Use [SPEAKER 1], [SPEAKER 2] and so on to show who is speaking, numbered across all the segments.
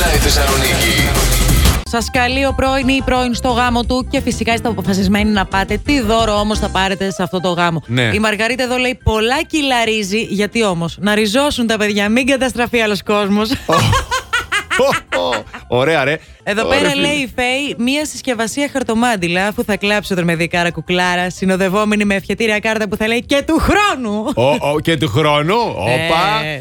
[SPEAKER 1] Θεσσαλονίκη.
[SPEAKER 2] Σας καλεί ο πρώην ή η πρώην στο γάμο του και φυσικά είστε αποφασισμένοι να πάτε. Τι δώρο όμως θα πάρετε σε αυτό το γάμο.
[SPEAKER 3] Ναι.
[SPEAKER 2] Η Μαργαρίτα εδώ λέει πολλά κιλά ρύζι. Γιατί όμως, να ριζώσουν τα παιδιά, μην καταστραφεί άλλος κόσμος.
[SPEAKER 3] Ωραία, ρε.
[SPEAKER 2] Εδώ
[SPEAKER 3] Ωραία,
[SPEAKER 2] πέρα
[SPEAKER 3] φίλε.
[SPEAKER 2] λέει η Φέη μία συσκευασία χαρτομάντιλα, αφού θα κλάψει όταν με δει η κάρα κουκλάρα, συνοδευόμενη με ευχετήρια κάρτα που θα λέει και του χρόνου.
[SPEAKER 3] Ο, ο, και του χρόνου. Όπα.
[SPEAKER 2] Ε,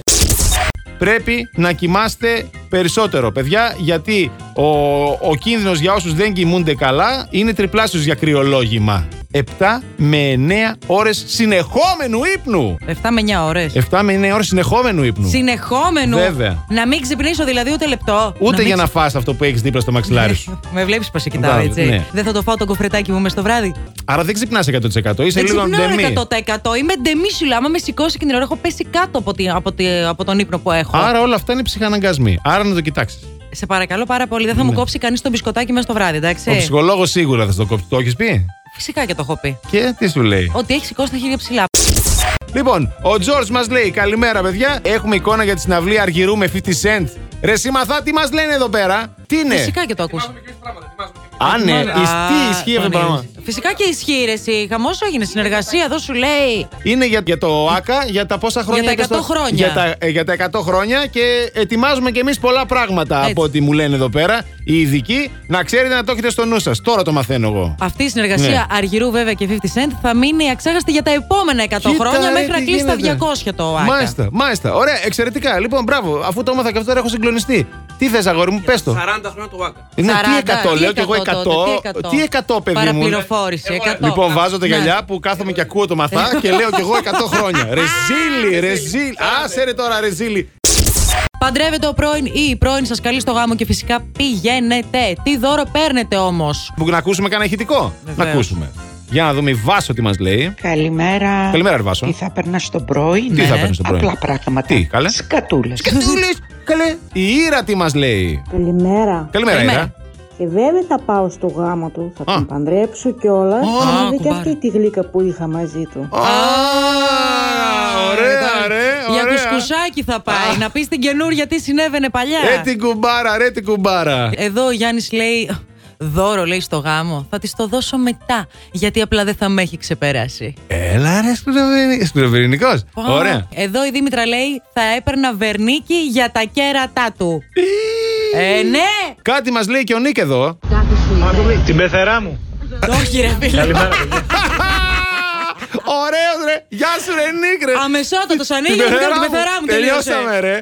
[SPEAKER 3] Πρέπει να κοιμάστε περισσότερο, παιδιά, γιατί ο, ο κίνδυνος για όσους δεν κοιμούνται καλά είναι τριπλάσιος για κρυολόγημα. 7 με 9 ώρες συνεχόμενου ύπνου.
[SPEAKER 2] 7 με 9 ώρε.
[SPEAKER 3] 7 με 9 ώρες συνεχόμενου ύπνου.
[SPEAKER 2] Συνεχόμενου.
[SPEAKER 3] Ε, Βέβαια.
[SPEAKER 2] Να μην ξυπνήσω δηλαδή ούτε λεπτό.
[SPEAKER 3] Ούτε
[SPEAKER 2] Να
[SPEAKER 3] για
[SPEAKER 2] μην Ναι.
[SPEAKER 3] να φας αυτό που έχεις δίπλα στο μαξιλάρι σου.
[SPEAKER 2] Με βλέπεις πώ σε κοιτάω,
[SPEAKER 3] Μπράβο,
[SPEAKER 2] έτσι.
[SPEAKER 3] ναι.
[SPEAKER 2] Δεν θα το φάω το κοφρετάκι μου μες στο βράδυ.
[SPEAKER 3] Άρα δεν ξυπνάς 100%. Είσαι
[SPEAKER 2] Δεν
[SPEAKER 3] λίγο
[SPEAKER 2] ξυπνάω
[SPEAKER 3] ντεμή.
[SPEAKER 2] 100%. Είμαι ντεμίσιλο. Άμα με σηκώσει και την ώρα έχω πέσει κάτω από, τη- από, τη- από τον ύπνο που έχω.
[SPEAKER 3] Άρα όλα αυτά είναι ψυχαναγκασμοί. Άρα να το κοιτάξεις.
[SPEAKER 2] Σε παρακαλώ πάρα πολύ. Δεν θα μου κόψει κανείς το μπισκοτάκι μέσα στο βράδυ, εντάξει.
[SPEAKER 3] Ναι. Ο ψυχολόγος σίγουρα θα στο κόψει. Το έχεις πει.
[SPEAKER 2] Φυσικά και το έχω πει.
[SPEAKER 3] Και τι σου λέει.
[SPEAKER 2] Ότι έχει σηκώσει τα χέρια ψηλά.
[SPEAKER 3] Λοιπόν, ο Τζορτ μας λέει: Καλημέρα, παιδιά. Έχουμε εικόνα για τη συναυλία Αργυρού με 50 cent. Ρε Σιμαθά, τι μας λένε εδώ πέρα. Τι είναι.
[SPEAKER 2] Φυσικά και το ακούσα.
[SPEAKER 3] Α, ναι,
[SPEAKER 2] Μάλλον-
[SPEAKER 3] Ισ-
[SPEAKER 2] Α,
[SPEAKER 3] τι ισχύει αυτό το
[SPEAKER 2] τον
[SPEAKER 3] πράγμα.
[SPEAKER 2] είδες. Φυσικά και ισχύει ρε, εσύ. Χαμός έγινε συνεργασία, εδώ σου λέει.
[SPEAKER 3] Είναι για, για το ΑΚΑ, για τα πόσα χρόνια.
[SPEAKER 2] τα
[SPEAKER 3] είναι
[SPEAKER 2] 100 χρόνια.
[SPEAKER 3] Για τα, ε, για τα 100 χρόνια και ετοιμάζουμε κι εμείς πολλά πράγματα
[SPEAKER 2] Έτσι.
[SPEAKER 3] από ό,τι μου λένε εδώ πέρα οι ειδικοί. Να ξέρετε να το έχετε στο νου σας. Τώρα το μαθαίνω εγώ.
[SPEAKER 2] Αυτή η συνεργασία
[SPEAKER 3] Ναι.
[SPEAKER 2] Αργυρού βέβαια και 50 Cent θα μείνει αξέχαστη για τα επόμενα 100
[SPEAKER 3] Κοίτα,
[SPEAKER 2] χρόνια
[SPEAKER 3] ρε,
[SPEAKER 2] μέχρι να
[SPEAKER 3] τι
[SPEAKER 2] κλείσει τα
[SPEAKER 3] γίνεται.
[SPEAKER 2] 200 το ΆΚΑ.
[SPEAKER 3] Μάλιστα, μάλιστα. Ωραία, εξαιρετικά. Λοιπόν, μπράβο, αφού το έμαθα και αυτό τώρα έχω συγκλονιστεί. Τι θες, αγόρι μου, πες το.
[SPEAKER 4] 40 χρόνια του Άκα.
[SPEAKER 3] Είναι
[SPEAKER 2] 40,
[SPEAKER 3] Ναι, τι 100, λέω κι εγώ 100.
[SPEAKER 2] τότε,
[SPEAKER 3] Τι 100, παιδί μου. ναι.
[SPEAKER 2] Παραπληροφόρηση. 100.
[SPEAKER 3] Λοιπόν, βάζω τα
[SPEAKER 2] Ναι.
[SPEAKER 3] γυαλιά που κάθομαι και ακούω το μαθά και λέω κι εγώ 100 χρόνια. Ρεζίλι, ρεζίλι. Άσε ρε τώρα, ρεζίλι.
[SPEAKER 2] Παντρεύετε ο πρώην ή η πρώην σας καλεί στο γάμο και φυσικά πηγαίνετε. Τι δώρο παίρνετε όμως.
[SPEAKER 3] Που να ακούσουμε κανένα ηχητικό. Να
[SPEAKER 2] Βεβαίως.
[SPEAKER 3] ακούσουμε. Για να δούμε η Βάσο τι μας λέει.
[SPEAKER 5] Καλημέρα.
[SPEAKER 3] Καλημέρα, ρε Βάσο.
[SPEAKER 5] Τι θα περνάς στον πρώην.
[SPEAKER 3] Τι
[SPEAKER 2] Ναι.
[SPEAKER 3] θα παίρνει το πρωί.
[SPEAKER 5] Απλά πράγματα.
[SPEAKER 3] Τι, καλέ.
[SPEAKER 5] Σκατούλες.
[SPEAKER 3] Σκατούλη, καλέ. Η Ήρα τι μας λέει.
[SPEAKER 6] Καλημέρα.
[SPEAKER 3] Καλημέρα,
[SPEAKER 2] Καλημέρα.
[SPEAKER 3] Ήρα.
[SPEAKER 6] Και βέβαια θα πάω στο γάμο του, θα
[SPEAKER 3] Α.
[SPEAKER 6] τον παντρέψω κιόλας.
[SPEAKER 2] Α,
[SPEAKER 6] Να δει και
[SPEAKER 2] κουμπάρε.
[SPEAKER 6] αυτή τη γλύκα που είχα μαζί του.
[SPEAKER 3] Α, Ωραία, ρε.
[SPEAKER 2] Για
[SPEAKER 3] ωραία.
[SPEAKER 2] κουσκουσάκι θα πάει. Να πεις την καινούρια τι συνέβαινε παλιά.
[SPEAKER 3] Ρε την κουμπάρα, ρε την κουμπάρα.
[SPEAKER 2] Εδώ ο Γιάννης λέει. Δώρο λέει στο γάμο. Θα της το δώσω μετά. Γιατί απλά δεν θα με έχει ξεπεράσει.
[SPEAKER 3] Έλα ρε σκληροβυρινικό.
[SPEAKER 2] Πω.
[SPEAKER 3] Ωραία.
[SPEAKER 2] Εδώ η Δήμητρα λέει θα έπαιρνα βερνίκι για τα κέρατά του. ε, ναι!
[SPEAKER 3] Κάτι μας λέει και ο Νίκ εδώ.
[SPEAKER 7] Την πεθερά μου.
[SPEAKER 2] Όχι, ρε φίλε.
[SPEAKER 3] Ωραίος ρε. Γεια σου ρε Νίκ ρε.
[SPEAKER 2] Αμεσότατος ανοίγει
[SPEAKER 3] Την
[SPEAKER 2] και
[SPEAKER 3] πεθερά
[SPEAKER 2] την πεθερά μου. τελείωσε.
[SPEAKER 3] Τελειώσαμε ρε.